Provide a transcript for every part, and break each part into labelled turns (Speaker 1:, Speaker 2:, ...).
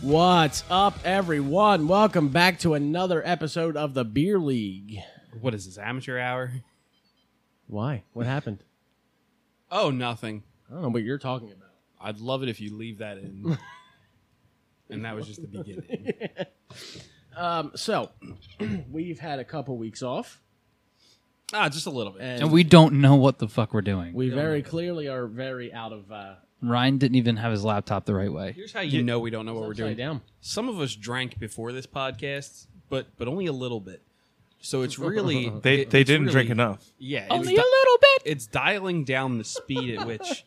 Speaker 1: What's up, everyone? Welcome back to another episode of the Beer League.
Speaker 2: What is this amateur hour?
Speaker 1: Why? What happened?
Speaker 2: Oh, nothing.
Speaker 1: I don't know what you're talking about.
Speaker 2: I'd love it if you leave that in. and that was just the beginning.
Speaker 1: Um, so we've had a couple weeks off,
Speaker 2: ah, just a little bit.
Speaker 1: and,
Speaker 3: And we don't know what the fuck we're doing.
Speaker 1: we very clearly are very out of uh,
Speaker 3: Ryan didn't even have his laptop the right way.
Speaker 2: Here's how you know we don't know what we're
Speaker 1: upside
Speaker 2: doing.
Speaker 1: down.
Speaker 2: Some of us drank before this podcast, but but only a little bit. So it's really
Speaker 4: They
Speaker 2: it-
Speaker 4: they
Speaker 2: it's
Speaker 4: didn't drink
Speaker 2: really-
Speaker 4: enough.
Speaker 2: Yeah,
Speaker 3: Only
Speaker 2: it's,
Speaker 3: a
Speaker 2: di-
Speaker 3: little bit.
Speaker 2: it's dialing down the speed at which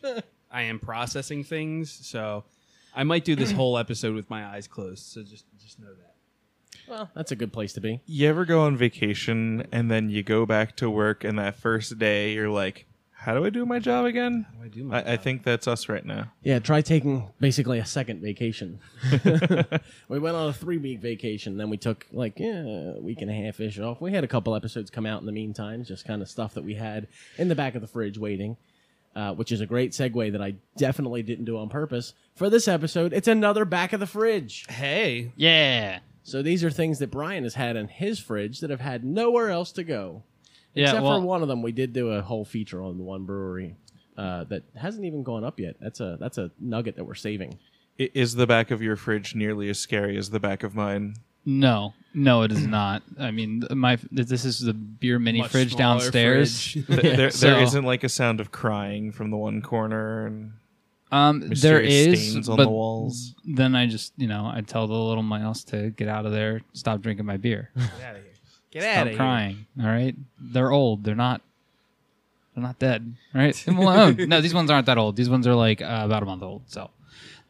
Speaker 2: I am processing things. So I might do this whole episode with my eyes closed. So just just know that.
Speaker 1: Well, that's a good place to be.
Speaker 4: You ever go on vacation and then you go back to work and that first day you're like, how do I do my job again?
Speaker 2: I do my
Speaker 4: I, I think that's us right now.
Speaker 1: Yeah, try taking basically a second vacation. we went on a three week vacation, then we took like yeah, a week and a half ish off. We had a couple episodes come out in the meantime, just kind of stuff that we had in the back of the fridge waiting, uh, which is a great segue that I definitely didn't do on purpose. For this episode, it's another back of the fridge.
Speaker 2: hey,
Speaker 3: Yeah.
Speaker 1: So these are things that Brian has had in his fridge that have had nowhere else to go.
Speaker 3: Yeah.
Speaker 1: Except
Speaker 3: well,
Speaker 1: for one of them, we did do a whole feature on one brewery uh, that hasn't even gone up yet. That's a that's a nugget that we're saving.
Speaker 4: I- Is the back of your fridge nearly as scary as the back of mine?
Speaker 3: no, no, it is not. I mean, my this is the beer mini
Speaker 2: much
Speaker 3: fridge
Speaker 2: smaller
Speaker 3: downstairs.
Speaker 2: fridge.
Speaker 4: Th- there,
Speaker 3: so-
Speaker 4: there isn't like a sound of crying from the one corner and
Speaker 3: Um, there
Speaker 4: mysterious
Speaker 3: is,
Speaker 4: stains on
Speaker 3: but
Speaker 4: the walls.
Speaker 3: then I just, you know, I tell the little mouse to get out of there, stop drinking my beer,
Speaker 2: Get out of here. Get out
Speaker 3: stop
Speaker 2: of here.
Speaker 3: crying. All right, they're old. They're not. They're not dead. All right, leave them alone. no, these ones aren't that old. These ones are like uh, about a month old, so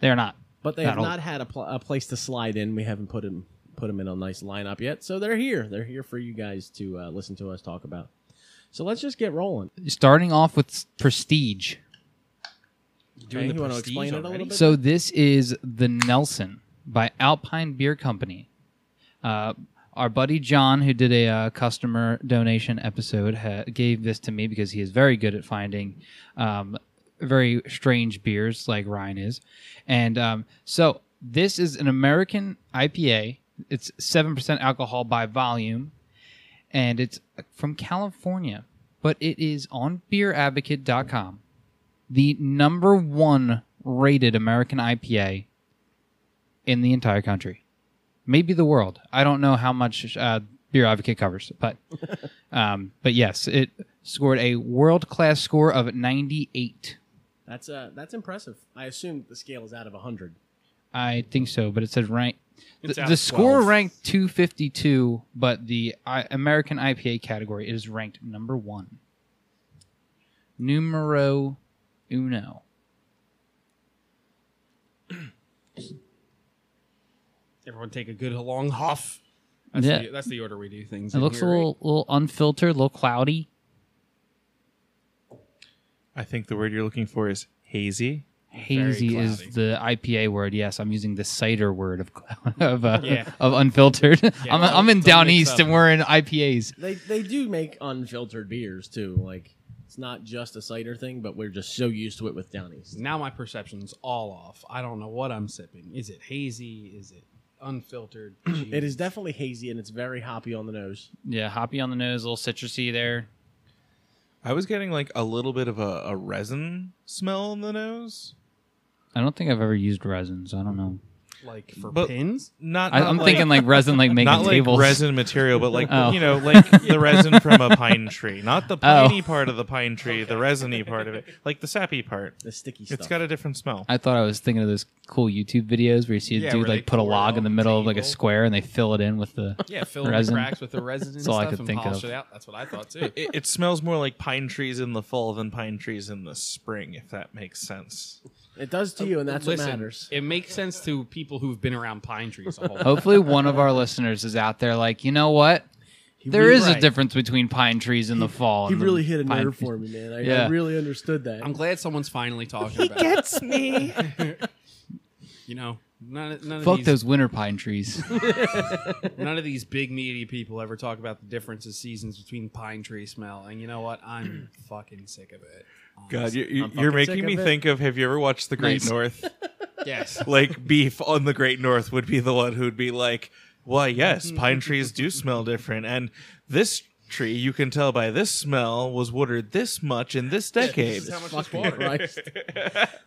Speaker 3: they're not.
Speaker 1: But they
Speaker 3: Not
Speaker 1: have
Speaker 3: all-
Speaker 1: not had a, pl- a place to slide in. We haven't put them put 'em in a nice lineup yet, so they're here. They're here for you guys to uh, listen to us talk about. So let's just get rolling.
Speaker 3: Starting off with s- prestige.
Speaker 1: Hey,
Speaker 2: Doing the
Speaker 1: you wanna
Speaker 2: prestige
Speaker 1: explain it a
Speaker 2: already?
Speaker 1: little bit?
Speaker 3: So this is the Nelson by Alpine Beer Company. Uh, our buddy John, who did a uh, customer donation episode, ha- gave this to me because he is very good at finding um, very strange beers, like Ryan is. And um, so this is an American IPA. It's seven percent alcohol by volume, and it's from California, but it is on BeerAdvocate.com the number one rated American IPA in the entire country, maybe the world. I don't know how much uh, Beer Advocate covers, but um, but yes, it scored a world class score of ninety eight.
Speaker 1: That's uh that's impressive. I assume the scale is out of hundred.
Speaker 3: I think so, but it said rank. The,
Speaker 2: It's out
Speaker 3: the
Speaker 2: of
Speaker 3: score
Speaker 2: 12.
Speaker 3: ranked 252, but the I, American IPA category is ranked number one. Numero uno.
Speaker 2: Everyone take a good long huff. That's,
Speaker 3: Yeah.
Speaker 2: the, that's the order we do things.
Speaker 3: It
Speaker 2: in
Speaker 3: looks a
Speaker 2: here, right?
Speaker 3: little, little unfiltered, a little cloudy.
Speaker 4: I think the word you're looking for is hazy.
Speaker 3: Hazy
Speaker 2: Very
Speaker 3: is
Speaker 2: cloudy.
Speaker 3: the IPA word. Yes, I'm using the cider word of of, uh,
Speaker 2: Yeah.
Speaker 3: of unfiltered. I'm,
Speaker 2: don't-
Speaker 3: I'm in
Speaker 2: don't
Speaker 3: down
Speaker 2: mix
Speaker 3: east
Speaker 2: up.
Speaker 3: and we're in IPAs.
Speaker 1: They they do make unfiltered beers too. Like it's not just a cider thing, but we're just so used to it with Down East.
Speaker 2: Now my perception's all off. I don't know what I'm sipping. Is it hazy? Is it unfiltered?
Speaker 1: It is definitely hazy and it's very hoppy on the nose.
Speaker 3: Yeah, hoppy on the nose, a little citrusy there.
Speaker 4: I was getting like a little bit of a, a resin smell in the nose.
Speaker 3: I don't think I've ever used resin, so I don't know.
Speaker 2: like for
Speaker 4: But-
Speaker 2: pins.
Speaker 4: Not,
Speaker 3: I,
Speaker 4: not
Speaker 3: I'm
Speaker 4: like-
Speaker 3: thinking like resin, like making
Speaker 4: not like
Speaker 3: tables.
Speaker 4: resin material, but like
Speaker 3: Oh.
Speaker 4: you know, like the resin from a pine tree, not the piney part of the pine tree, the resiny part of it, like the sappy part.
Speaker 1: The sticky stuff.
Speaker 4: It's got a different smell.
Speaker 3: I thought I was thinking of those cool YouTube videos where you see a
Speaker 2: Yeah,
Speaker 3: dude
Speaker 2: where they
Speaker 3: like put a
Speaker 2: pour it
Speaker 3: log
Speaker 2: on
Speaker 3: in the
Speaker 2: the
Speaker 3: middle of like a
Speaker 2: table.
Speaker 3: square and they fill it in with the.
Speaker 2: Yeah, fill in the
Speaker 3: Resin.
Speaker 2: cracks with the resin and
Speaker 3: That's all I
Speaker 2: stuff
Speaker 3: could
Speaker 2: and
Speaker 3: think
Speaker 2: polish
Speaker 3: of.
Speaker 2: it out. That's what I thought too.
Speaker 4: It, it smells more like pine trees in the fall than pine trees in the spring, if that makes sense.
Speaker 1: It does to you, and that's
Speaker 2: Listen,
Speaker 1: what matters.
Speaker 2: It makes sense to people who've been around pine trees a whole lot.
Speaker 3: Hopefully, one of our listeners is out there like, you know what? There
Speaker 1: was
Speaker 3: is a
Speaker 1: right.
Speaker 3: difference between pine trees in the fall.
Speaker 1: He
Speaker 3: and the
Speaker 1: really hit a
Speaker 3: pine
Speaker 1: nerve
Speaker 3: trees-
Speaker 1: for me, man. I, I
Speaker 3: Yeah.
Speaker 1: really understood that.
Speaker 2: I'm glad someone's finally talking about it.
Speaker 4: That's me.
Speaker 2: You know, none, none,
Speaker 3: Fuck
Speaker 2: of these,
Speaker 3: those winter pine trees.
Speaker 2: none of these big meaty people ever talk about the difference of seasons between pine tree smell. And you know what? I'm fucking sick of it.
Speaker 4: God,
Speaker 2: honestly.
Speaker 4: you, you,
Speaker 1: I'm
Speaker 4: you're
Speaker 1: fucking sick
Speaker 4: making me
Speaker 1: of it.
Speaker 4: think of. Have you ever watched The Great
Speaker 3: Nice.
Speaker 4: North?
Speaker 2: yes.
Speaker 4: like beef on the Great North would be the one who'd be like, "Why, yes, pine trees do smell different, and this tree you can tell by this smell was watered this much in this decade."
Speaker 1: Jesus fucking Christ.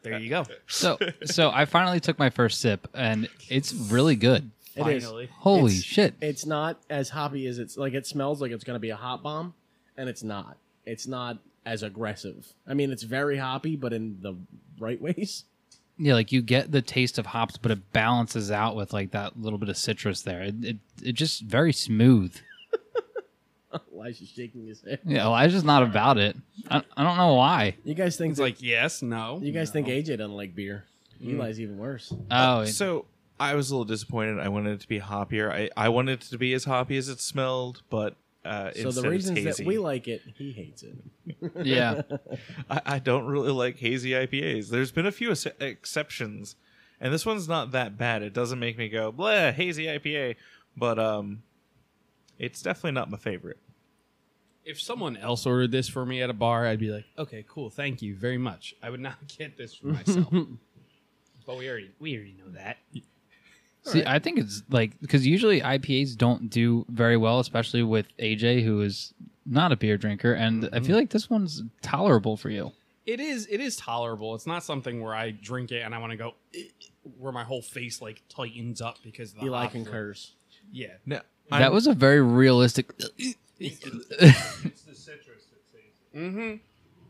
Speaker 2: There you go.
Speaker 3: So, so I finally took my first sip, and it's really good.
Speaker 1: It is.
Speaker 2: Finally.
Speaker 3: Holy
Speaker 1: It's-
Speaker 3: shit!
Speaker 1: It's not as hoppy as it's like. It smells like it's going to be a hot bomb, and it's not. It's not as aggressive. I mean, it's very hoppy, but in the right ways.
Speaker 3: yeah, like you get the taste of hops, but it balances out with like that little bit of citrus there. It, it, it just very smooth.
Speaker 1: Elijah's shaking his head.
Speaker 3: Yeah, Elijah's not about it. I, I don't know why.
Speaker 1: You guys think
Speaker 2: It's
Speaker 1: like
Speaker 2: like yes, no.
Speaker 1: you guys
Speaker 2: no.
Speaker 1: think AJ doesn't like beer? Eli's even worse.
Speaker 3: Oh, it-
Speaker 4: so I was a little disappointed. I wanted it to be hoppier. I I wanted it to be as hoppy as it smelled, but. Uh,
Speaker 1: So the
Speaker 4: instead it's
Speaker 1: reasons that
Speaker 4: hazy.
Speaker 1: we like it, he hates it.
Speaker 3: yeah.
Speaker 4: I, I don't really like hazy IPAs. There's been a few ex- exceptions, and this one's not that bad. It doesn't make me go blah hazy IPA, but um, it's definitely not my favorite.
Speaker 2: If someone else ordered this for me at a bar, I'd be like, okay, cool, thank you very much. I would not get this for myself. but we already we already know that.
Speaker 3: See, I think it's like because usually IPAs don't do very well, especially with AJ, who is not a beer drinker, and I feel like this one's tolerable for you.
Speaker 2: It is it is tolerable. It's not something where I drink it and I want to go "Eh," where my whole face like tightens up because of the
Speaker 1: Eli
Speaker 2: hops.
Speaker 1: concurs.
Speaker 2: Yeah.
Speaker 4: No,
Speaker 3: that was a very realistic.
Speaker 5: It's the citrus that saves it.
Speaker 2: Mm-hmm.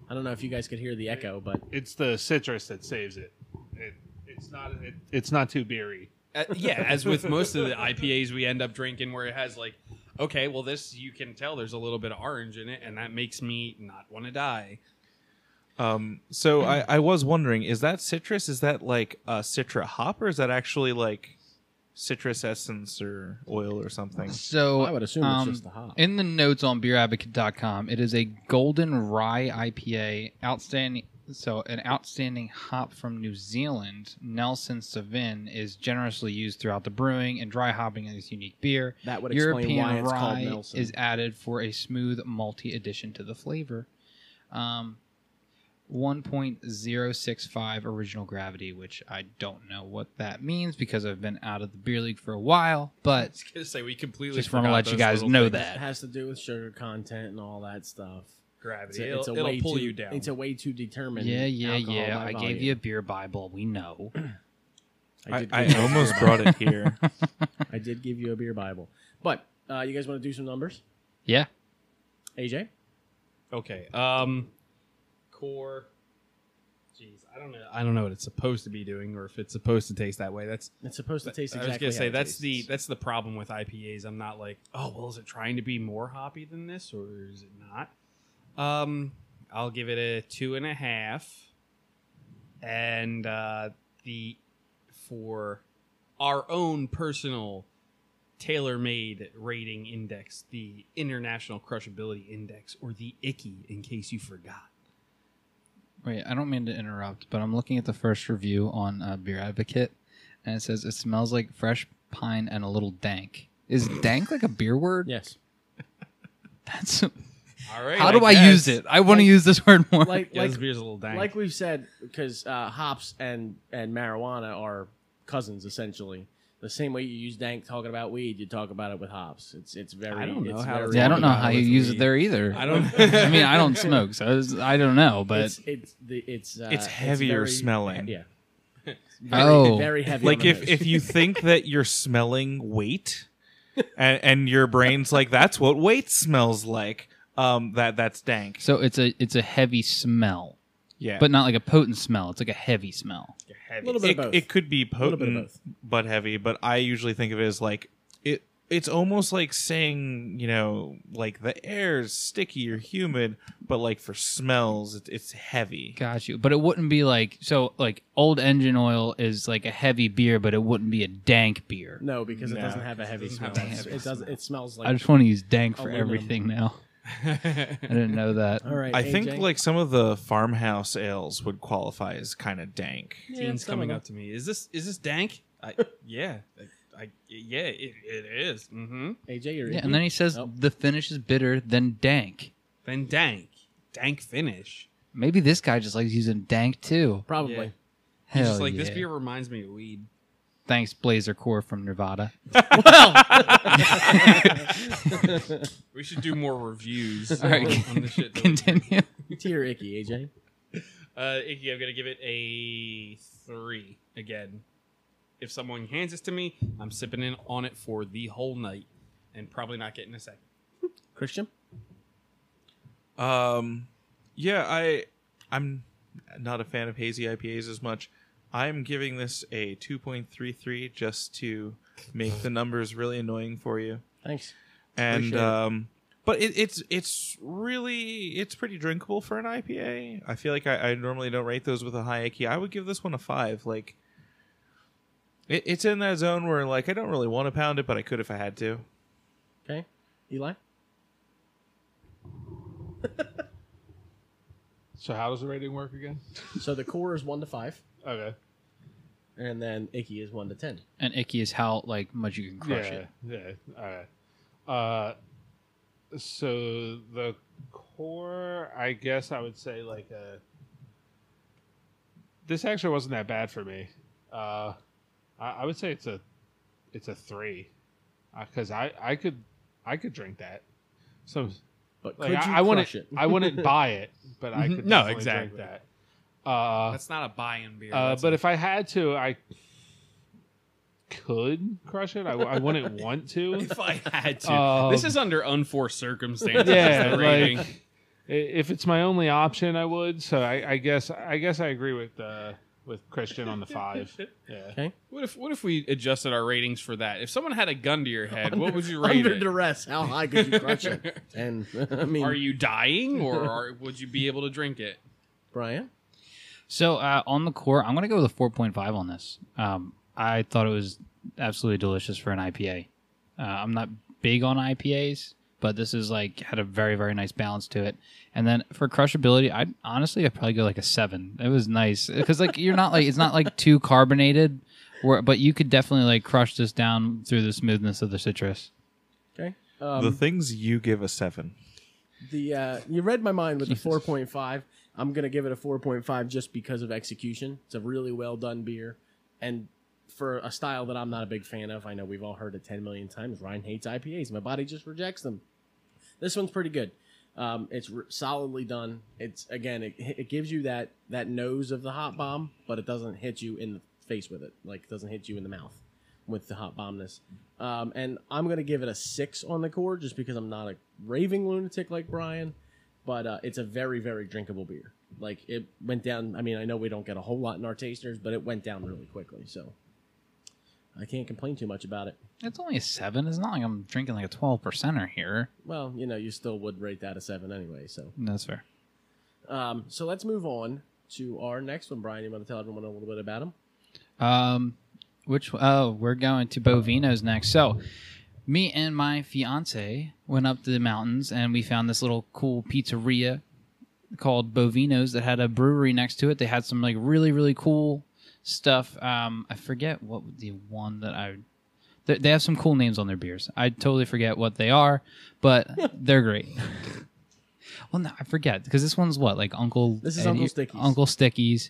Speaker 1: I don't know if you guys could hear the echo, but
Speaker 5: It's the citrus that saves it. it it's not. It, it's not too beery.
Speaker 2: Uh, yeah, as with most of the IPAs we end up drinking, where it has like, okay, well, this you can tell there's a little bit of orange in it, and that makes me not want to die.
Speaker 4: Um, so I, I was wondering, is that citrus? Is that like a citra hop, or is that actually like citrus essence or oil or
Speaker 1: Uh,
Speaker 4: something?
Speaker 3: so
Speaker 1: I would assume it's
Speaker 3: um,
Speaker 1: just the hop.
Speaker 3: In the notes on beeradvocate.com, it is a golden rye IPA, outstanding. So, an outstanding hop from New Zealand, Nelson Savin, is generously used throughout the brewing and dry hopping in this unique beer.
Speaker 1: That would explain
Speaker 3: European
Speaker 1: why it's called
Speaker 3: rye
Speaker 1: Nelson.
Speaker 3: is added for a smooth malty addition to the flavor. Um, 1.065 original gravity, which I don't know what that means because I've been out of the beer league for a while,
Speaker 2: I
Speaker 3: but
Speaker 2: was gonna say we completely
Speaker 3: just want to
Speaker 2: forgot
Speaker 3: let you
Speaker 2: those
Speaker 3: guys
Speaker 2: little
Speaker 3: know
Speaker 2: things.
Speaker 1: it
Speaker 3: that.
Speaker 1: has to do with sugar content and all that stuff. It's
Speaker 2: gravity.
Speaker 1: a,
Speaker 2: it'll
Speaker 1: it's a
Speaker 2: it'll
Speaker 1: way
Speaker 2: pull
Speaker 1: too,
Speaker 2: you down.
Speaker 1: It's a way to determine.
Speaker 3: Yeah, yeah,
Speaker 1: alcohol
Speaker 3: yeah.
Speaker 1: by
Speaker 3: I
Speaker 1: volume.
Speaker 3: gave you a beer Bible. We know.
Speaker 4: I,
Speaker 1: did give
Speaker 4: I
Speaker 1: you a
Speaker 4: almost
Speaker 1: beer
Speaker 4: brought it here.
Speaker 1: Bible. I did give you a beer Bible, but uh, you guys want to do some numbers?
Speaker 3: Yeah.
Speaker 1: AJ,
Speaker 2: okay. Um, core. Jeez, I don't know. I don't know what it's supposed to be doing, or if it's supposed to taste that way. That's.
Speaker 1: it's supposed to taste
Speaker 2: I
Speaker 1: exactly.
Speaker 2: was gonna
Speaker 1: how
Speaker 2: say
Speaker 1: it
Speaker 2: that's the
Speaker 1: tastes.
Speaker 2: that's the problem with IPAs. I'm not like, oh well, is it trying to be more hoppy than this, or is it not? Um, I'll give it a two and a half, and uh, the for our own personal tailor-made rating index, the International Crushability Index, or the ICKY, in case you forgot.
Speaker 3: Wait, I don't mean to interrupt, but I'm looking at the first review on uh, Beer Advocate, and it says it smells like fresh pine and a little dank. Is dank like a beer word?
Speaker 1: yes.
Speaker 3: That's
Speaker 2: All right.
Speaker 3: how do I use it? I want to
Speaker 1: Like-
Speaker 3: use this word more.
Speaker 1: Like
Speaker 2: Yeah,
Speaker 1: like
Speaker 2: this beer's a little dank.
Speaker 1: like we've said, because uh, hops and and marijuana are cousins essentially. The same way you use dank talking about weed, you talk about it with hops. It's it's very.
Speaker 2: I don't know
Speaker 1: it's
Speaker 2: how to
Speaker 1: very-
Speaker 3: yeah, I don't know
Speaker 2: Yeah,
Speaker 3: how you
Speaker 2: with
Speaker 3: use it
Speaker 2: weed.
Speaker 3: there either.
Speaker 2: I don't.
Speaker 3: I mean, I don't smoke, so it's- I don't know. But
Speaker 1: it's it's the, it's, uh,
Speaker 4: It's heavier
Speaker 1: very-
Speaker 4: smelling.
Speaker 1: Yeah.
Speaker 3: Oh.
Speaker 1: very heavy.
Speaker 4: like
Speaker 1: on the
Speaker 4: if
Speaker 1: nose.
Speaker 4: if you think that you're smelling weight, and and your brain's like that's what weight smells like. Um, that that's dank.
Speaker 3: so it's a it's a heavy smell,
Speaker 4: Yeah,
Speaker 3: but not like a potent smell. It's like a heavy smell.
Speaker 1: a little bit
Speaker 4: it,
Speaker 1: of both.
Speaker 4: it could be
Speaker 1: little bit of
Speaker 4: potent but heavy but i usually think of it as like it it's almost like saying you know like the air is sticky or humid but like for smells it, it's heavy
Speaker 3: Got you. But it wouldn't be like so like old engine oil is like a heavy beer, but it wouldn't be a dank beer.
Speaker 1: no, because it
Speaker 4: No,
Speaker 1: doesn't have a heavy
Speaker 2: doesn't
Speaker 1: smell.
Speaker 2: have a
Speaker 1: It's-
Speaker 2: heavy
Speaker 1: it does. It smells
Speaker 3: I
Speaker 1: like.
Speaker 3: just want to use dank for
Speaker 1: Aluminum.
Speaker 3: everything now. I didn't know that.
Speaker 1: All right.
Speaker 4: i
Speaker 1: AJ?
Speaker 4: think like some of the farmhouse ales would qualify as kind of dank
Speaker 1: Yeah,
Speaker 2: teens
Speaker 1: some of
Speaker 2: coming
Speaker 1: them.
Speaker 2: up to me. Is this is this dank? I, yeah, I, I yeah, it, it is. Mm-hmm.
Speaker 1: AJ, you're
Speaker 3: Yeah, and then he says
Speaker 1: Nope.
Speaker 3: the finish is bitter, then dank.
Speaker 2: Then dank, dank finish.
Speaker 3: Maybe this guy just likes using dank too.
Speaker 1: probably.
Speaker 2: Yeah. He's
Speaker 3: Hell
Speaker 2: just like, this
Speaker 3: yeah.
Speaker 2: beer reminds me of weed.
Speaker 3: Thanks, Blazer Core from Nevada.
Speaker 2: We should do more reviews
Speaker 3: All right,
Speaker 2: on the shit. that we-
Speaker 3: Continue.
Speaker 1: To your icky, AJ.
Speaker 2: Uh, Icky, I'm gonna give it a three again. If someone hands this to me, I'm sipping in on it for the whole night, and probably not getting a second.
Speaker 1: Christian?
Speaker 4: Um, yeah, I I'm not a fan of hazy IPAs as much. I'm giving this a 2.33 just to make the numbers really annoying for you.
Speaker 1: Thanks.
Speaker 4: And
Speaker 1: Appreciate it.
Speaker 4: um, but it, it's it's really it's pretty drinkable for an IPA. I feel like I, I normally don't rate those with a high IQ. I would give this one a five. Like it, it's in that zone where like I don't really want to pound it, but I could if I had to.
Speaker 1: Okay. Eli?
Speaker 5: So how does the rating work again?
Speaker 1: So the core is 1 to 5,
Speaker 5: Okay.
Speaker 1: and then icky is 1 to 10.
Speaker 3: And icky is how like much you can crush
Speaker 5: yeah,
Speaker 3: it.
Speaker 5: Yeah. All right. Uh, so the core, I guess I would say like uh This actually wasn't that bad for me. Uh, I, I would say it's a, it's a three, because I I could I could drink that. So
Speaker 1: But
Speaker 5: like
Speaker 1: could you
Speaker 5: I, I wouldn't
Speaker 1: crush it?
Speaker 5: I wouldn't buy it, but I could
Speaker 2: Mm-hmm. No,
Speaker 5: definitely
Speaker 2: exactly.
Speaker 5: drink that. Uh,
Speaker 2: That's not a buy-in beer.
Speaker 5: uh,
Speaker 2: that's
Speaker 5: but
Speaker 2: a-
Speaker 5: if I had to, I could crush it. I, I wouldn't want to.
Speaker 2: if I had to,
Speaker 5: Um,
Speaker 2: this is under unforced circumstances.
Speaker 5: Yeah,
Speaker 2: the rating.
Speaker 5: like i- if it's my only option, I would. So I, I guess I guess I agree with uh, with Christian on the five. Yeah,
Speaker 2: what if what if we adjusted our ratings for that? If someone had a gun to your head, what would you rate
Speaker 1: Under
Speaker 2: it?
Speaker 1: duress, how high could you crush it? 10. I mean,
Speaker 2: Are you dying, or are, would you be able to drink it?
Speaker 1: Brian?
Speaker 3: So uh, on the core, I'm gonna go with a 4.5 on this. Um, I thought it was absolutely delicious for an IPA. Uh, I'm not big on IPAs, but this is like had a very very nice balance to it. And then for crushability, I would honestly I'd probably go like a seven. It was nice because like you're not like it's not like too carbonated, where, but you could definitely like crush this down through the smoothness of the citrus.
Speaker 1: Okay.
Speaker 4: the
Speaker 1: Um,
Speaker 4: things you give a seven.
Speaker 1: the uh, you read my mind with the 4.5. I'm gonna give it a 4.5 just because of execution. It's a really well done beer, and for a style that I'm not a big fan of. I know we've all heard it 10 million times. Ryan hates IPAs. My body just rejects them. This one's pretty good. Um, it's r solidly done. It's again, it, it gives you that that nose of the hot bomb, but it doesn't hit you in the face with it. Like it doesn't hit you in the mouth with the hot bombness. Um, and I'm gonna give it a six on the core just because I'm not a raving lunatic like Brian, but uh, it's a very very drinkable beer. Like it went down. I mean, I know we don't get a whole lot in our tasters, but it went down really quickly. So I can't complain too much about it.
Speaker 3: It's only a seven. It's not like I'm drinking like a 12 percenter here.
Speaker 1: Well, you know, you still would rate that a seven anyway. So
Speaker 3: No, that's fair.
Speaker 1: um, so let's move on to our next one, Brian. You want to tell everyone a little bit about him?
Speaker 3: Um, which oh, we're going to Bovino's next. So, me and my fiance went up to the mountains and we found this little cool pizzeria called Bovino's that had a brewery next to it. They had some like really really cool stuff. Um, I forget what the one that I. They they have some cool names on their beers. I totally forget what they are, but they're great. well, no, I forget because this one's what like Uncle.
Speaker 1: This is Uncle Stickies.
Speaker 3: Uncle Stickies.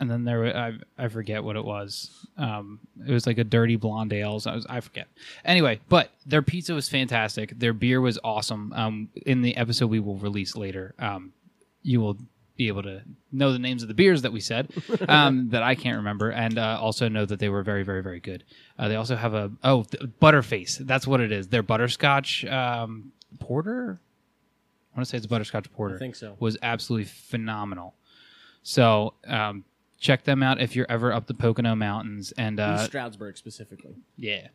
Speaker 3: and then there, wa- I I forget what it was. Um, it was like a dirty blonde ale. So I was I forget. Anyway, but their pizza was fantastic. Their beer was awesome. Um, in the episode we will release later, um, you will be able to know the names of the beers that we said um, that I can't remember, and uh, also know that they were very, very, very good. Uh, they also have a oh th- butterface. That's what it is. Their butterscotch um, porter. I want to say it's a butterscotch porter.
Speaker 1: I think so.
Speaker 3: was absolutely phenomenal. So um, check them out if you're ever up the Pocono Mountains and
Speaker 1: East
Speaker 3: uh,
Speaker 1: Stroudsburg specifically.
Speaker 3: yeah.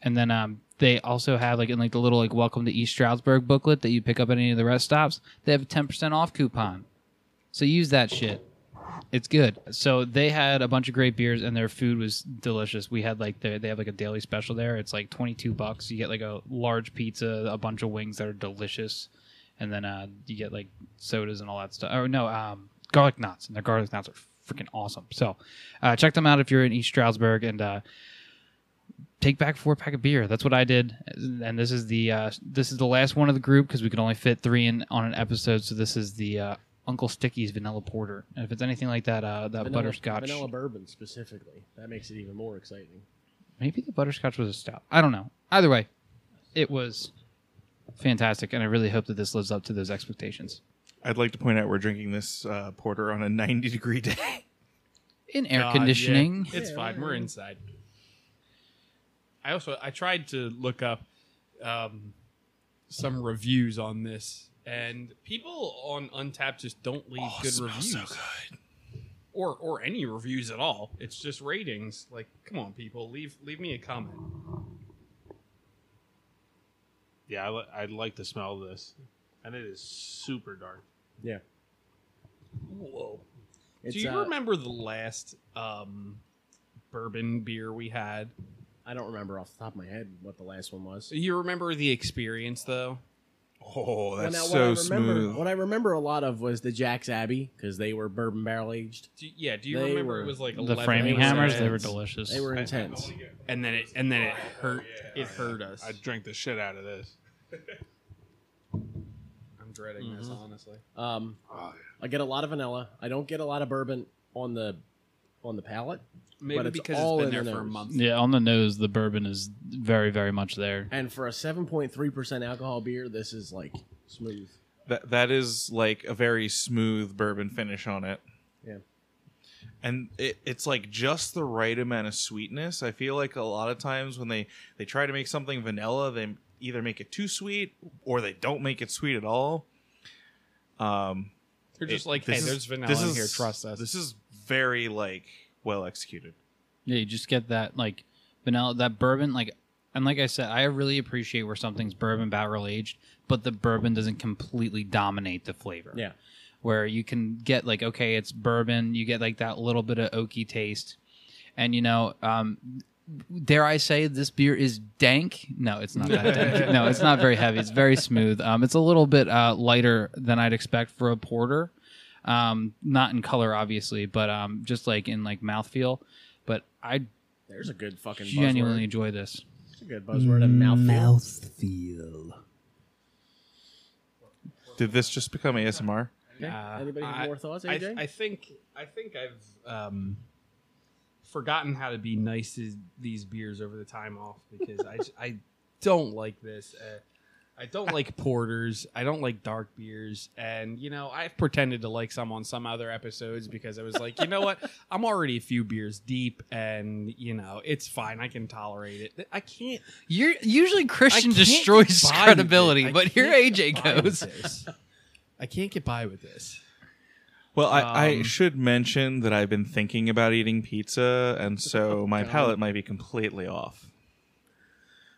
Speaker 3: And then um, they also have like in like the little like Welcome to East Stroudsburg booklet that you pick up at any of the rest stops. They have a ten percent off coupon, so use that shit. It's good. So they had a bunch of great beers and their food was delicious. We had like their, they have like a daily special there. It's like twenty two bucks. You get like a large pizza, a bunch of wings that are delicious, and then uh, you get like sodas and all that stuff. Oh no, um, garlic knots and their garlic knots are freaking awesome. So uh, check them out if you're in East Stroudsburg and. Uh, take back four pack of beer. That's what I did, and this is the uh, this is the last one of the group because we could only fit three in on an episode. So this is the uh, Uncle Sticky's vanilla porter. And if it's anything like that, uh, that
Speaker 1: Vanilla-
Speaker 3: butterscotch.
Speaker 1: vanilla bourbon specifically. That makes it even more exciting.
Speaker 3: Maybe the butterscotch was a stout. I don't know. Either way, it was fantastic, and I really hope that this lives up to those expectations.
Speaker 4: I'd like to point out we're drinking this uh, porter on a 90 degree day.
Speaker 3: In air
Speaker 2: God, yeah.
Speaker 3: conditioning,
Speaker 2: It's
Speaker 1: Yeah,
Speaker 2: fine. We're
Speaker 1: yeah.
Speaker 2: inside. I also I tried to look up um, some reviews on this, and people on Untapped just don't leave
Speaker 4: Oh, it
Speaker 2: good
Speaker 4: smells
Speaker 2: reviews
Speaker 4: so good.
Speaker 2: or or any reviews at all. It's just ratings. Like, come on, people, leave leave me a comment.
Speaker 5: Yeah, I, li- I like the smell of this, and it is super dark.
Speaker 1: Yeah.
Speaker 2: Whoa.
Speaker 1: It's,
Speaker 2: Do you
Speaker 1: uh,
Speaker 2: remember the last um, bourbon beer we had?
Speaker 1: I don't remember off the top of my head what the last one was.
Speaker 2: You remember the experience though?
Speaker 4: Oh, that's
Speaker 1: Well, now,
Speaker 4: so
Speaker 1: what I remember,
Speaker 4: smooth.
Speaker 1: What I remember a lot of was the Jack's Abbey because they were bourbon barrel aged.
Speaker 2: Do, yeah, do you
Speaker 1: They
Speaker 2: remember
Speaker 1: were-
Speaker 2: it was like
Speaker 3: the
Speaker 2: 11
Speaker 3: framing
Speaker 1: percent.
Speaker 3: hammers, they were
Speaker 2: cents?
Speaker 3: delicious.
Speaker 1: They were intense.
Speaker 2: and then it and then it hurt it hurt us.
Speaker 5: I drank the shit out of this.
Speaker 2: I'm dreading this honestly.
Speaker 1: Um,
Speaker 5: Oh,
Speaker 1: I get a lot of vanilla. I don't get a lot of bourbon on the on the palate.
Speaker 2: Maybe
Speaker 1: it's
Speaker 2: because
Speaker 1: all
Speaker 2: it's been
Speaker 1: in
Speaker 2: there
Speaker 1: the
Speaker 2: for a
Speaker 1: nose.
Speaker 2: month.
Speaker 3: yeah, on the nose, the bourbon is very, very much there.
Speaker 1: And for a 7.3% alcohol beer, this is like smooth.
Speaker 4: That that is like a very smooth bourbon finish on it.
Speaker 1: Yeah.
Speaker 4: And it, it's like just the right amount of sweetness. I feel like a lot of times when they they try to make something vanilla, they either make it too sweet or they don't make it sweet at all. Um,
Speaker 2: They're just
Speaker 4: it-
Speaker 2: like, hey,
Speaker 4: this is-
Speaker 2: there's vanilla
Speaker 4: this
Speaker 2: in
Speaker 4: is-
Speaker 2: here. Trust us.
Speaker 4: This is very like well executed.
Speaker 3: Yeah, you just get that like vanilla, that bourbon, like, and like I said, I really appreciate where something's bourbon barrel aged, but the bourbon doesn't completely dominate the flavor.
Speaker 1: Yeah.
Speaker 3: where you can get like okay it's bourbon you get like that little bit of oaky taste and you know um dare i say this beer is dank no it's not that dank no it's not very heavy it's very smooth um it's a little bit uh lighter than i'd expect for a porter um not in color obviously but um just like in like mouthfeel but i
Speaker 1: There's a good fucking buzzword.
Speaker 3: genuinely enjoy this
Speaker 1: It's a good buzzword. A mouthfeel.
Speaker 6: Mouthfeel.
Speaker 4: Did this just become ASMR?
Speaker 1: Yeah.
Speaker 4: Uh,
Speaker 1: Anybody have
Speaker 2: I-
Speaker 1: more thoughts,
Speaker 2: I,
Speaker 1: AJ?
Speaker 2: I think I think I've um, forgotten how to be nice to these beers over the time off because I j- I don't like this. Uh, I don't like porters. I don't like dark beers. And you know, I've pretended to like some on some other episodes because I was like, you know what, I'm already a few beers deep, and you know, it's fine. I can tolerate it. I can't.
Speaker 3: you're usually christian
Speaker 2: I can't
Speaker 3: destroys
Speaker 2: get by with it.
Speaker 3: credibility
Speaker 2: I
Speaker 3: but here
Speaker 2: can't
Speaker 3: aj
Speaker 2: get by with
Speaker 3: goes
Speaker 2: this. I can't get by with this.
Speaker 4: Well, I, I
Speaker 2: Um,
Speaker 4: should mention that I've been thinking about eating pizza, and
Speaker 2: Oh,
Speaker 4: so my palate might be completely off.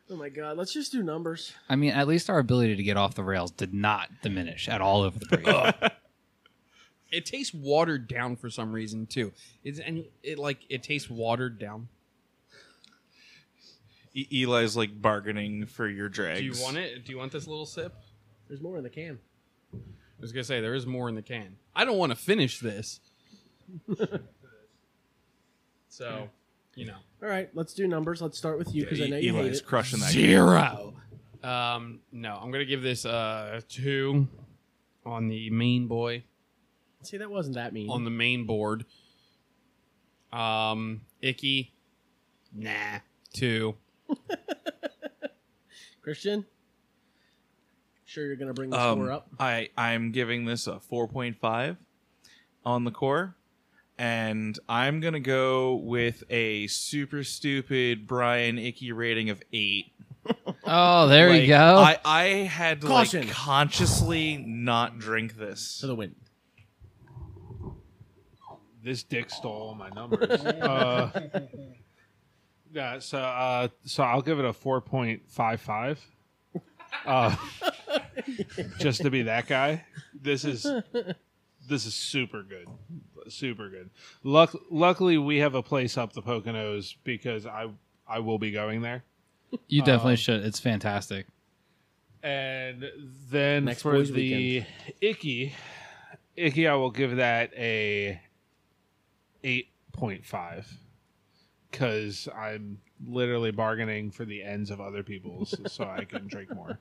Speaker 1: oh my god, let's just do numbers.
Speaker 3: I mean, at least our ability to get off the rails did not diminish at all over the break.
Speaker 2: It tastes watered down for some reason too. It's and it like it tastes watered down.
Speaker 4: E- Eli's like bargaining for your dregs.
Speaker 2: Do you want it? Do you want this little sip?
Speaker 1: There's more in the can.
Speaker 2: I was gonna say there is more in the can. I don't want to finish this. so, you know,
Speaker 1: All right, let's do numbers. Let's start with you because I know
Speaker 4: E-
Speaker 1: you hate
Speaker 4: Eli's
Speaker 1: it.
Speaker 4: crushing that.
Speaker 2: zero. Um, no, I'm gonna give this uh two on the main boy
Speaker 1: See, that wasn't that mean.
Speaker 2: on the main board. Um, icky. Nah, two.
Speaker 1: Christian, sure you're gonna bring the
Speaker 4: Um,
Speaker 1: score up.
Speaker 4: I I'm giving this a 4.5 on the core, and I'm gonna go with a super stupid Brian Icky rating of eight.
Speaker 3: oh, there
Speaker 4: Like,
Speaker 3: you go.
Speaker 4: I I had to
Speaker 1: Caution.
Speaker 4: like consciously not drink this.
Speaker 1: To the wind.
Speaker 5: This dick stole all my numbers. uh, yeah, so uh, so I'll give it a four point five five. Uh, just to be that guy. This is this is super good, super good. Luck, luckily, we have a place up the Poconos because I I will be going there.
Speaker 3: you definitely
Speaker 5: um,
Speaker 3: should. It's fantastic.
Speaker 5: And then
Speaker 1: Next
Speaker 5: for
Speaker 1: boys
Speaker 5: the icky, icky, I will give that a eight point five because I'm literally bargaining for the ends of other people's so I can drink more.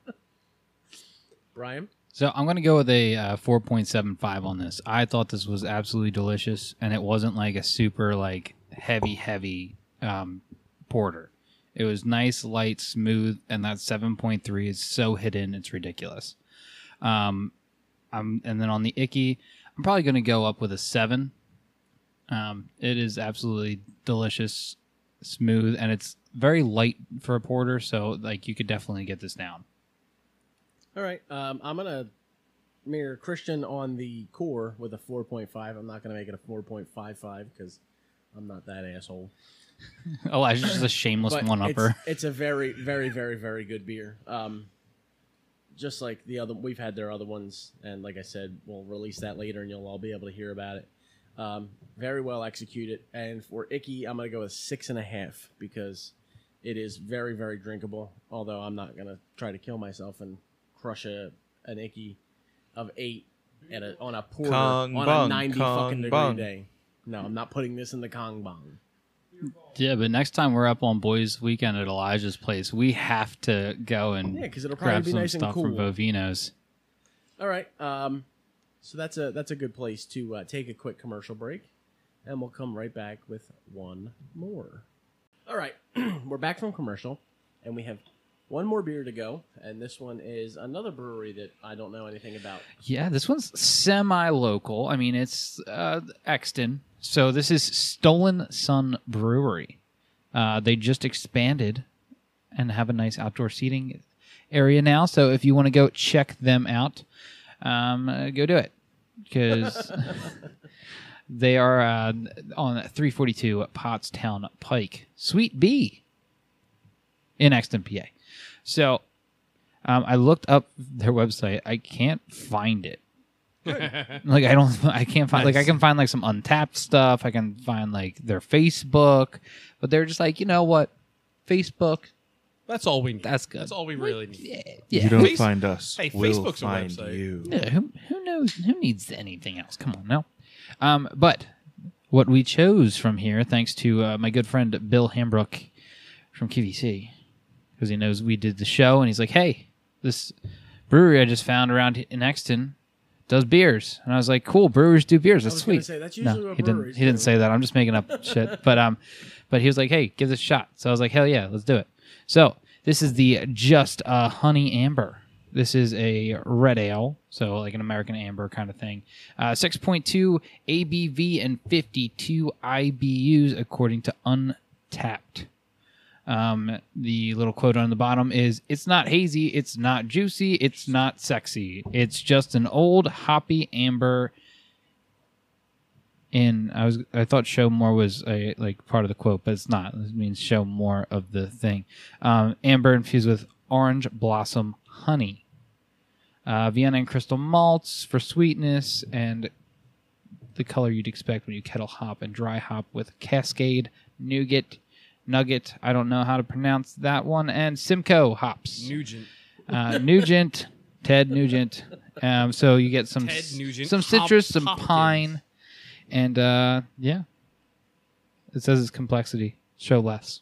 Speaker 1: Brian,
Speaker 3: So I'm going to go with a uh, 4.75 on this. I thought this was absolutely delicious, and it wasn't like a super like heavy, heavy um, porter. It was nice, light, smooth, and that 7.3 is so hidden, it's ridiculous. Um, I'm and then on the icky, I'm probably going to go up with a seven. Um, it is absolutely delicious, smooth, and it's very light for a porter. So like you could definitely get this down.
Speaker 1: All right. Um, I'm gonna mirror Christian on the core with a 4.5. I'm not gonna make it a 4.55 because I'm not that asshole.
Speaker 3: Elijah's just a shameless
Speaker 1: But
Speaker 3: one upper.
Speaker 1: It's, it's a very, very, very, very good beer. Um, just like the other, we've had their other ones, and like I said, we'll release that later, and you'll all be able to hear about it. Um, very well executed, and for Icky, I'm gonna go with six and a half because it is very, very drinkable. Although I'm not gonna try to kill myself and crush a an Icky of eight at a, on a poor
Speaker 4: Kong
Speaker 1: on a
Speaker 4: bong,
Speaker 1: 90
Speaker 4: Kong
Speaker 1: fucking degree
Speaker 4: bong.
Speaker 1: day. No, I'm not putting this in the Kong bong.
Speaker 3: Yeah, but next time we're up on Boys Weekend at Elijah's place, we have to go and
Speaker 1: Yeah, 'cause it'll probably
Speaker 3: grab
Speaker 1: be
Speaker 3: some
Speaker 1: nice and
Speaker 3: stuff from
Speaker 1: cool.
Speaker 3: Bovino's.
Speaker 1: All right. Um, so that's a that's a good place to uh, take a quick commercial break, and we'll come right back with one more. All right, we're back from commercial, and we have one more beer to go, and this one is another brewery that I don't know anything about.
Speaker 3: Yeah, this one's semi-local. I mean, it's uh, Exton. So this is Stolen Sun Brewery. Uh, they just expanded and have a nice outdoor seating area now. So if you want to go check them out, um, uh, go do it because they are uh, on 342 Pottstown Pike, Suite B in Exton, PA. So um, I looked up their website. I can't find it. like I don't, I can't find. Like I can find like some untapped stuff. I can find like their Facebook, but they're just like, you know what, Facebook.
Speaker 2: That's all we need.
Speaker 3: That's good.
Speaker 2: That's all we really need.
Speaker 3: Yeah,
Speaker 4: You
Speaker 3: yeah.
Speaker 4: don't
Speaker 2: Face-
Speaker 4: find us.
Speaker 2: Hey,
Speaker 4: we'll
Speaker 2: Facebook's a
Speaker 4: find
Speaker 2: website.
Speaker 4: you.
Speaker 3: Yeah, who, who knows? Who needs anything else? Come on now. Um, but what we chose from here, thanks to uh, my good friend Bill Hambrook from QVC, because he knows we did the show, and he's like, "Hey, this brewery I just found around he- in Exton does beers," and I was like, "Cool, brewers do beers. That's
Speaker 1: was gonna
Speaker 3: sweet."
Speaker 1: say, that's usually
Speaker 3: no,
Speaker 1: what
Speaker 3: he didn't.
Speaker 1: breweries
Speaker 3: He didn't
Speaker 1: do.
Speaker 3: say that. I'm just making up shit. But um, but he was like, "Hey, give this a shot." So I was like, "Hell yeah, let's do it." So this is the just uh, honey amber. This is a red ale, so like an American amber kind of thing. Uh, 6.2 ABV and 52 IBUs according to Untapped. Um, the little quote on the bottom is It's not hazy, it's not juicy, it's not sexy. It's just an old hoppy amber. In I was I thought show more was a like part of the quote, but it's not. It means show more of the thing. Um, amber infused with orange blossom honey, uh, Vienna and crystal malts for sweetness, and the color you'd expect when you kettle hop and dry hop with Cascade, Nougat, Nugget. I don't know how to pronounce that one. And Simcoe hops.
Speaker 2: Nugent.
Speaker 3: uh, Nugent, Ted Nugent. Um, so you get some
Speaker 2: Ted
Speaker 3: s-
Speaker 2: Nugent
Speaker 3: some
Speaker 2: Hop-
Speaker 3: citrus, some
Speaker 2: Hopkins.
Speaker 3: pine, and uh, yeah. It says it's complexity. Show less.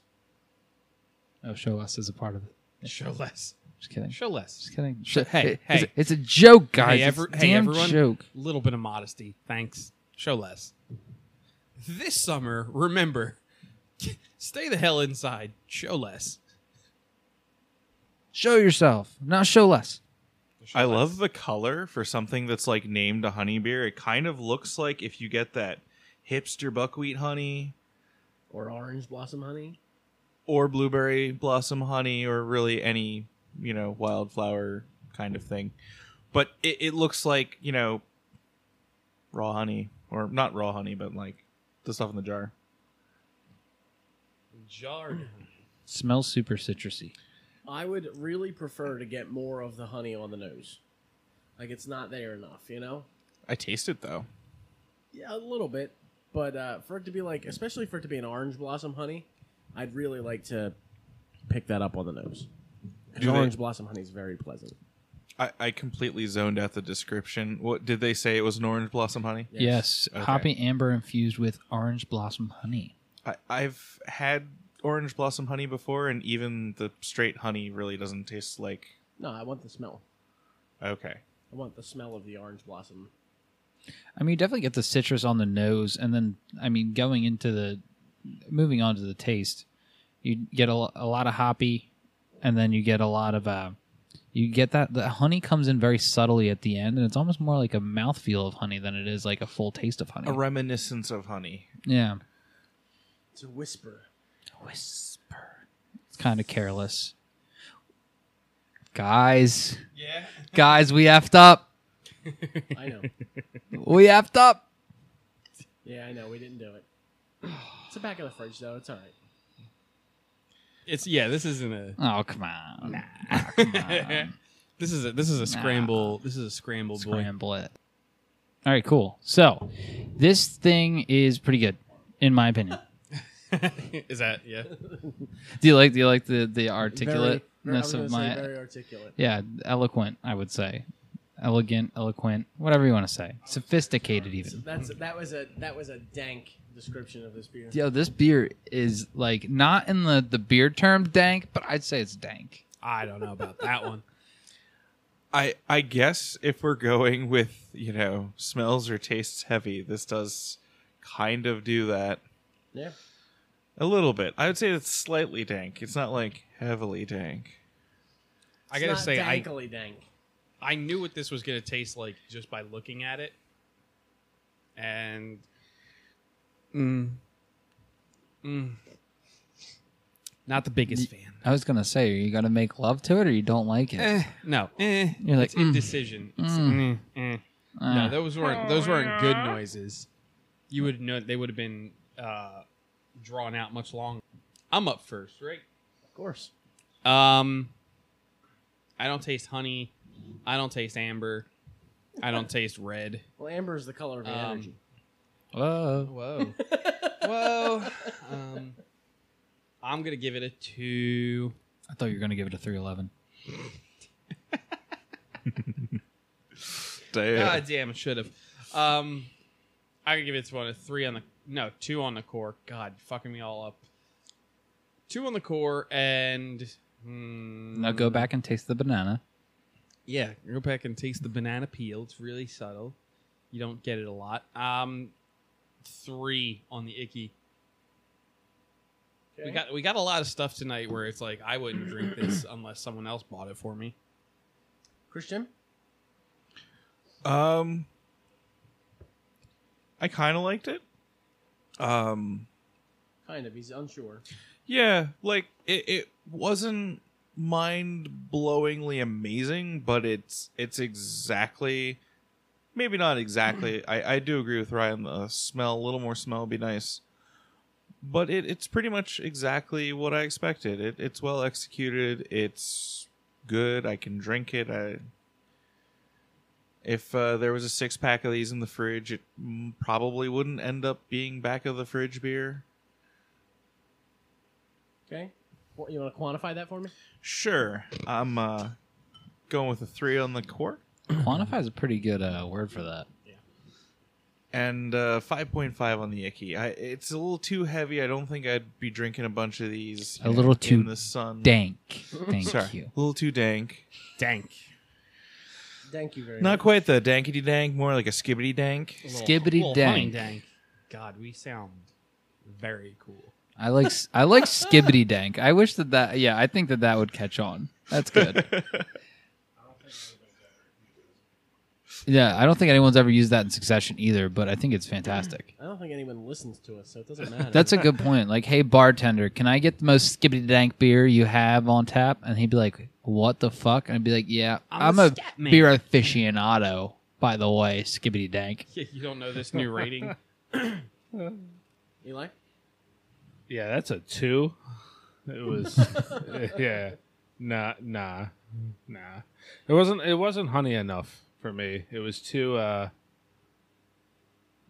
Speaker 3: Oh, show less is a part of it.
Speaker 2: Show less.
Speaker 3: Just kidding.
Speaker 2: Show less.
Speaker 3: Just kidding.
Speaker 2: Show- hey,
Speaker 3: it's,
Speaker 2: hey.
Speaker 3: it's a joke, guys.
Speaker 2: Hey,
Speaker 3: It's
Speaker 2: every,
Speaker 3: a
Speaker 2: hey
Speaker 3: damn
Speaker 2: everyone.
Speaker 3: joke.
Speaker 2: little bit of modesty. Thanks. Show less. This summer, remember, stay the hell inside. Show less.
Speaker 3: Show yourself, not show less.
Speaker 4: I love the color for something that's like named a honey beer. It kind of looks like if you get that hipster buckwheat honey
Speaker 1: Or orange blossom honey.
Speaker 4: or blueberry blossom honey or really any, you know, wildflower kind of thing. But it, it looks like, you know, raw honey or not raw honey, but like the stuff in the jar.
Speaker 2: jarred.
Speaker 3: Smells super citrusy.
Speaker 1: I would really prefer to get more of the honey on the nose. Like it's not there enough, you know.
Speaker 4: I taste it though.
Speaker 1: Yeah, a little bit, but uh, for it to be like, especially for it to be an orange blossom honey, I'd really like to pick that up on the nose. 'Cause
Speaker 4: Do they-
Speaker 1: orange blossom honey is very pleasant.
Speaker 4: I, I completely zoned out the description. What did they say it was an orange blossom honey?
Speaker 3: Yes,
Speaker 4: Okay.
Speaker 3: hoppy amber infused with orange blossom honey.
Speaker 4: I, I've had orange blossom honey before, and even the straight honey really doesn't taste like.
Speaker 1: No, I want the smell.
Speaker 4: Okay.
Speaker 1: I want the smell of the orange blossom.
Speaker 3: I mean, you definitely get the citrus on the nose, and then I mean, going into the, moving on to the taste, you get a, lo- a lot of hoppy, and then you get a lot of, uh, you get that the honey comes in very subtly at the end, and it's almost more like a mouthfeel of honey than it is like a full taste of honey.
Speaker 4: A reminiscence of honey.
Speaker 3: yeah,
Speaker 1: It's a whisper.
Speaker 3: whisper. It's kind of careless, guys. Yeah, guys, we effed up.
Speaker 1: I know.
Speaker 3: We effed up.
Speaker 1: yeah, I know. We didn't do it. It's the back of the fridge, though. It's all right.
Speaker 2: It's yeah. This isn't a.
Speaker 3: Oh come on, Ah,
Speaker 2: this is a this is a scramble. This is a scramble boy.
Speaker 3: scramble it. All right, cool. So this thing is pretty good, in my opinion.
Speaker 2: is that yeah?
Speaker 3: Do you like? Do you like the the articulateness
Speaker 1: Very- I was gonna
Speaker 3: of
Speaker 1: say
Speaker 3: my?
Speaker 1: very articulate.
Speaker 3: yeah, eloquent. I would say, elegant, eloquent, whatever you want to say, sophisticated even.
Speaker 1: That's that was a that was a dank description of this beer.
Speaker 3: Yo, this beer is like not in the the beer term dank, but I'd say it's dank.
Speaker 2: I don't know about that one.
Speaker 4: I I guess if we're going with you know smells or tastes heavy, this does kind of do that
Speaker 1: Yeah.
Speaker 4: a little bit. I would say it's slightly dank. It's not like heavily dank.
Speaker 2: I gotta
Speaker 1: It's not
Speaker 2: say, I
Speaker 1: dankily dank.
Speaker 2: I knew what this was gonna taste like just by looking at it, and Mm. Mm. not the biggest fan.
Speaker 3: I was gonna say, are you gonna make love to it or you don't like it?
Speaker 2: Eh, no, eh,
Speaker 3: You're like,
Speaker 2: it's
Speaker 3: mm.
Speaker 2: indecision. It's, eh, eh.
Speaker 3: Ah.
Speaker 2: No, those weren't those weren't good noises. You would know they would have been uh, drawn out much longer. I'm up first, right?
Speaker 1: Of course.
Speaker 2: Um, I don't taste honey. I don't taste amber. I don't taste red.
Speaker 1: Well, amber is the color of the
Speaker 2: Um,
Speaker 1: energy.
Speaker 3: Whoa.
Speaker 2: Whoa, whoa. Um, I'm gonna give it a two.
Speaker 3: I thought you were gonna give it a three eleven.
Speaker 4: Damn.
Speaker 2: God damn, should have. Um, I could give it one a three on the no two on the core. God, fucking me all up. Two on the core and hmm,
Speaker 3: Now go back and taste the banana.
Speaker 2: yeah, go back and taste the banana peel. It's really subtle. You don't get it a lot. Um, three on the icky. We got we got a lot of stuff tonight where it's like I wouldn't drink this unless someone else bought it for me.
Speaker 1: Christian.
Speaker 4: Um, I kind of liked it. Um,
Speaker 1: Kind of. He's unsure.
Speaker 4: yeah, like it, it wasn't mind-blowingly amazing, but it's it's exactly, maybe not exactly. I I do agree with Ryan. The smell, a little more smell, would be nice. But it, it's pretty much exactly what I expected. It, it's well executed. It's good. I can drink it. I if uh, there was a six pack of these in the fridge, it mm, probably wouldn't end up being back of the fridge beer.
Speaker 1: Okay. What, you want to quantify that for me?
Speaker 4: Sure, I'm uh, going with a three on the court
Speaker 3: Quantify is a pretty good uh, word for that.
Speaker 4: and uh, five point five on the icky. I, it's a little too heavy. I don't think I'd be drinking a bunch of these.
Speaker 3: A little too
Speaker 4: in the sun.
Speaker 3: dank. Thank
Speaker 4: Sorry,
Speaker 3: you.
Speaker 4: a little too dank.
Speaker 2: Dank.
Speaker 1: Thank you very
Speaker 4: Not
Speaker 1: much.
Speaker 4: quite the dankity dank. More like a skibbity dank.
Speaker 3: Skibbity dank.
Speaker 2: dank. God, we sound very cool.
Speaker 3: I like s- I like skibbity dank. I wish that that yeah. I think that that would catch on. That's good. yeah, I don't think anyone's ever used that in succession either, but I think it's fantastic.
Speaker 1: I don't think anyone listens to us, so it doesn't matter.
Speaker 3: That's a good point. Like, hey bartender, can I get the most skibbity dank beer you have on tap? And he'd be like, "What the fuck?" And I'd be like, "Yeah,
Speaker 2: I'm
Speaker 3: I'm,
Speaker 2: a
Speaker 3: a,
Speaker 2: stat man."
Speaker 3: beer aficionado, by the way, skibbity dank."
Speaker 2: Yeah, you don't know this new rating.
Speaker 1: Eli.
Speaker 5: Yeah, that's a two. It was yeah. Nah nah. Nah. It wasn't it wasn't honey enough for me. It was too uh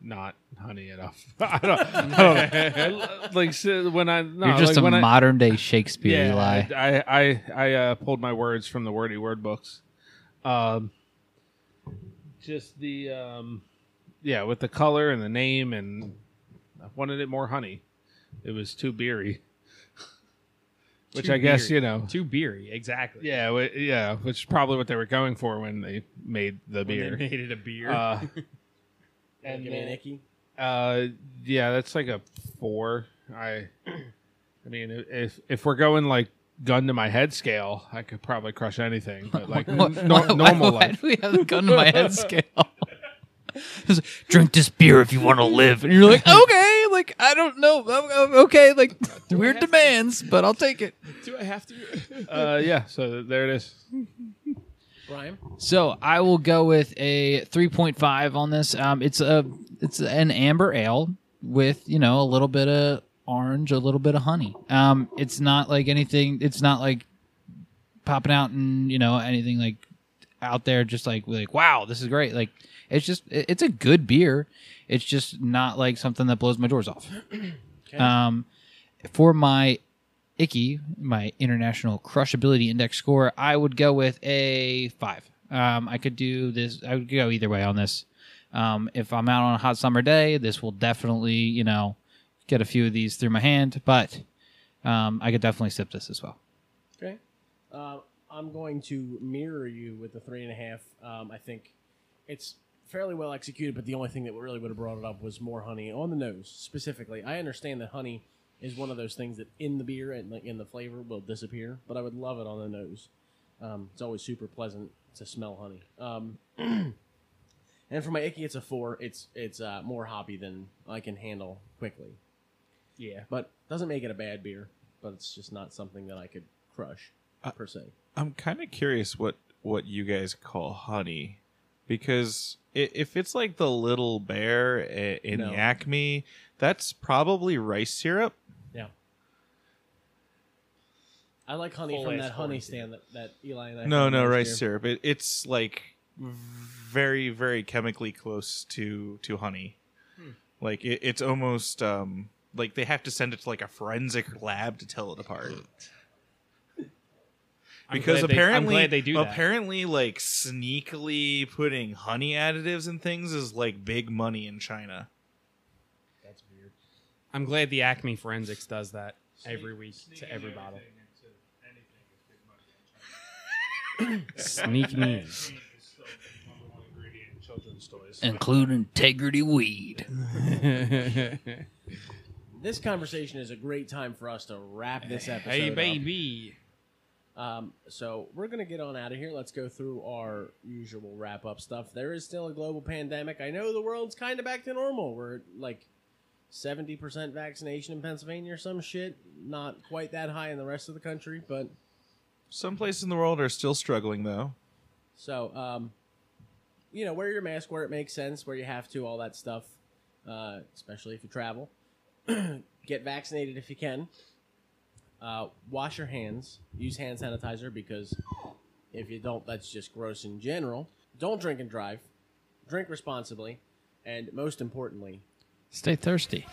Speaker 5: not honey enough. I don't, I don't like so when I no,
Speaker 3: You're just
Speaker 5: like when
Speaker 3: a
Speaker 5: I-
Speaker 3: modern day Shakespeare,
Speaker 5: yeah,
Speaker 3: Eli.
Speaker 5: I I I uh, pulled my words from the wordy word books. Um, just the um, yeah, with the color and the name, and I wanted it more honey. It was too beery. which
Speaker 2: Too
Speaker 5: I guess
Speaker 2: beery.
Speaker 5: you know.
Speaker 2: Too beery, exactly.
Speaker 5: Yeah, w- yeah, which is probably what they were going for when they made the
Speaker 2: When
Speaker 5: beer.
Speaker 2: They made it a beer.
Speaker 5: Uh,
Speaker 1: And
Speaker 5: then-
Speaker 1: Icky.
Speaker 5: uh, yeah, that's like a four. I, I mean, if if we're going like gun to my head scale, I could probably crush anything. But like
Speaker 3: What-
Speaker 5: n- nor-
Speaker 3: why-
Speaker 5: normal
Speaker 3: why, why
Speaker 5: life,
Speaker 3: do we have a gun to my head scale? Just, Drink this beer if you want to live, and you're like, okay, like I don't know, I'm- I'm okay, like weird demands, but I'll take it.
Speaker 1: Do I have to?
Speaker 5: uh, yeah. So there it is.
Speaker 1: Brian?
Speaker 3: So I will go with a 3.5 on this. Um, it's a it's an amber ale with you know a little bit of orange, a little bit of honey. Um, it's not like anything. It's not like popping out and you know anything like out there. Just like like wow, this is great. Like it's just it- it's a good beer. It's just not like something that blows my doors off. Um, for my Icky, my international crushability index score, I would go with a five. Um, I could do this. I would go either way on this. Um, if I'm out on a hot summer day, this will definitely, you know, get a few of these through my hand. But um, I could definitely sip this as well.
Speaker 1: Okay. Uh, I'm going to mirror you with the three and a half. Um, I think it's fairly well executed, but the only thing that really would have brought it up was more honey on the nose specifically. I understand that honey is one of those things that in the beer and like in the flavor will disappear, but I would love it on the nose. Um, it's always super pleasant to smell honey. Um, and for my icky, it's a four. It's it's uh, more hoppy than I can handle quickly,
Speaker 2: yeah.
Speaker 1: but doesn't make it a bad beer. But it's just not something that I could crush
Speaker 4: Uh,
Speaker 1: per se.
Speaker 4: I'm kind of curious what what you guys call honey, because i- if it's like the little bear i- in
Speaker 1: No.
Speaker 4: the Acme, that's probably rice syrup.
Speaker 1: I like honey
Speaker 2: Full
Speaker 1: from
Speaker 2: ass
Speaker 1: that honey
Speaker 2: quarantine.
Speaker 1: stand that, that Eli and I.
Speaker 4: No,
Speaker 1: had
Speaker 4: no
Speaker 1: last
Speaker 4: rice
Speaker 1: year.
Speaker 4: syrup. It, it's like very, very chemically close to to honey.
Speaker 2: Hmm.
Speaker 4: Like it, it's almost um, like they have to send it to like a forensic lab to tell it apart.
Speaker 2: I'm
Speaker 4: Because
Speaker 2: glad they-
Speaker 4: apparently,
Speaker 2: I'm glad they do that.
Speaker 4: apparently, like sneakily putting honey additives and things is like big money in China.
Speaker 2: I'm glad the Acme Forensics does that every week to every bottle. Sneak me in.
Speaker 3: Include integrity weed.
Speaker 1: This conversation is a great time for us to wrap this episode.
Speaker 2: Hey,
Speaker 1: up.
Speaker 2: baby.
Speaker 1: Um, so we're gonna get on out of here. Let's go through our usual wrap up stuff. There is still a global pandemic. I know the world's kind of back to normal. We're at, like seventy percent vaccination in Pennsylvania or some shit. Not quite that high in the rest of the country, but
Speaker 4: Some
Speaker 2: Hmm.
Speaker 4: places in the world are still struggling though.
Speaker 1: So, um, you know, wear your mask where it makes sense, where you have to, all that stuff, uh, especially if you travel. Get vaccinated if you can. Uh, wash your hands. Use hand sanitizer because if you don't, that's just gross in general. Don't drink and drive. Drink responsibly. And most importantly,
Speaker 3: Stay thirsty.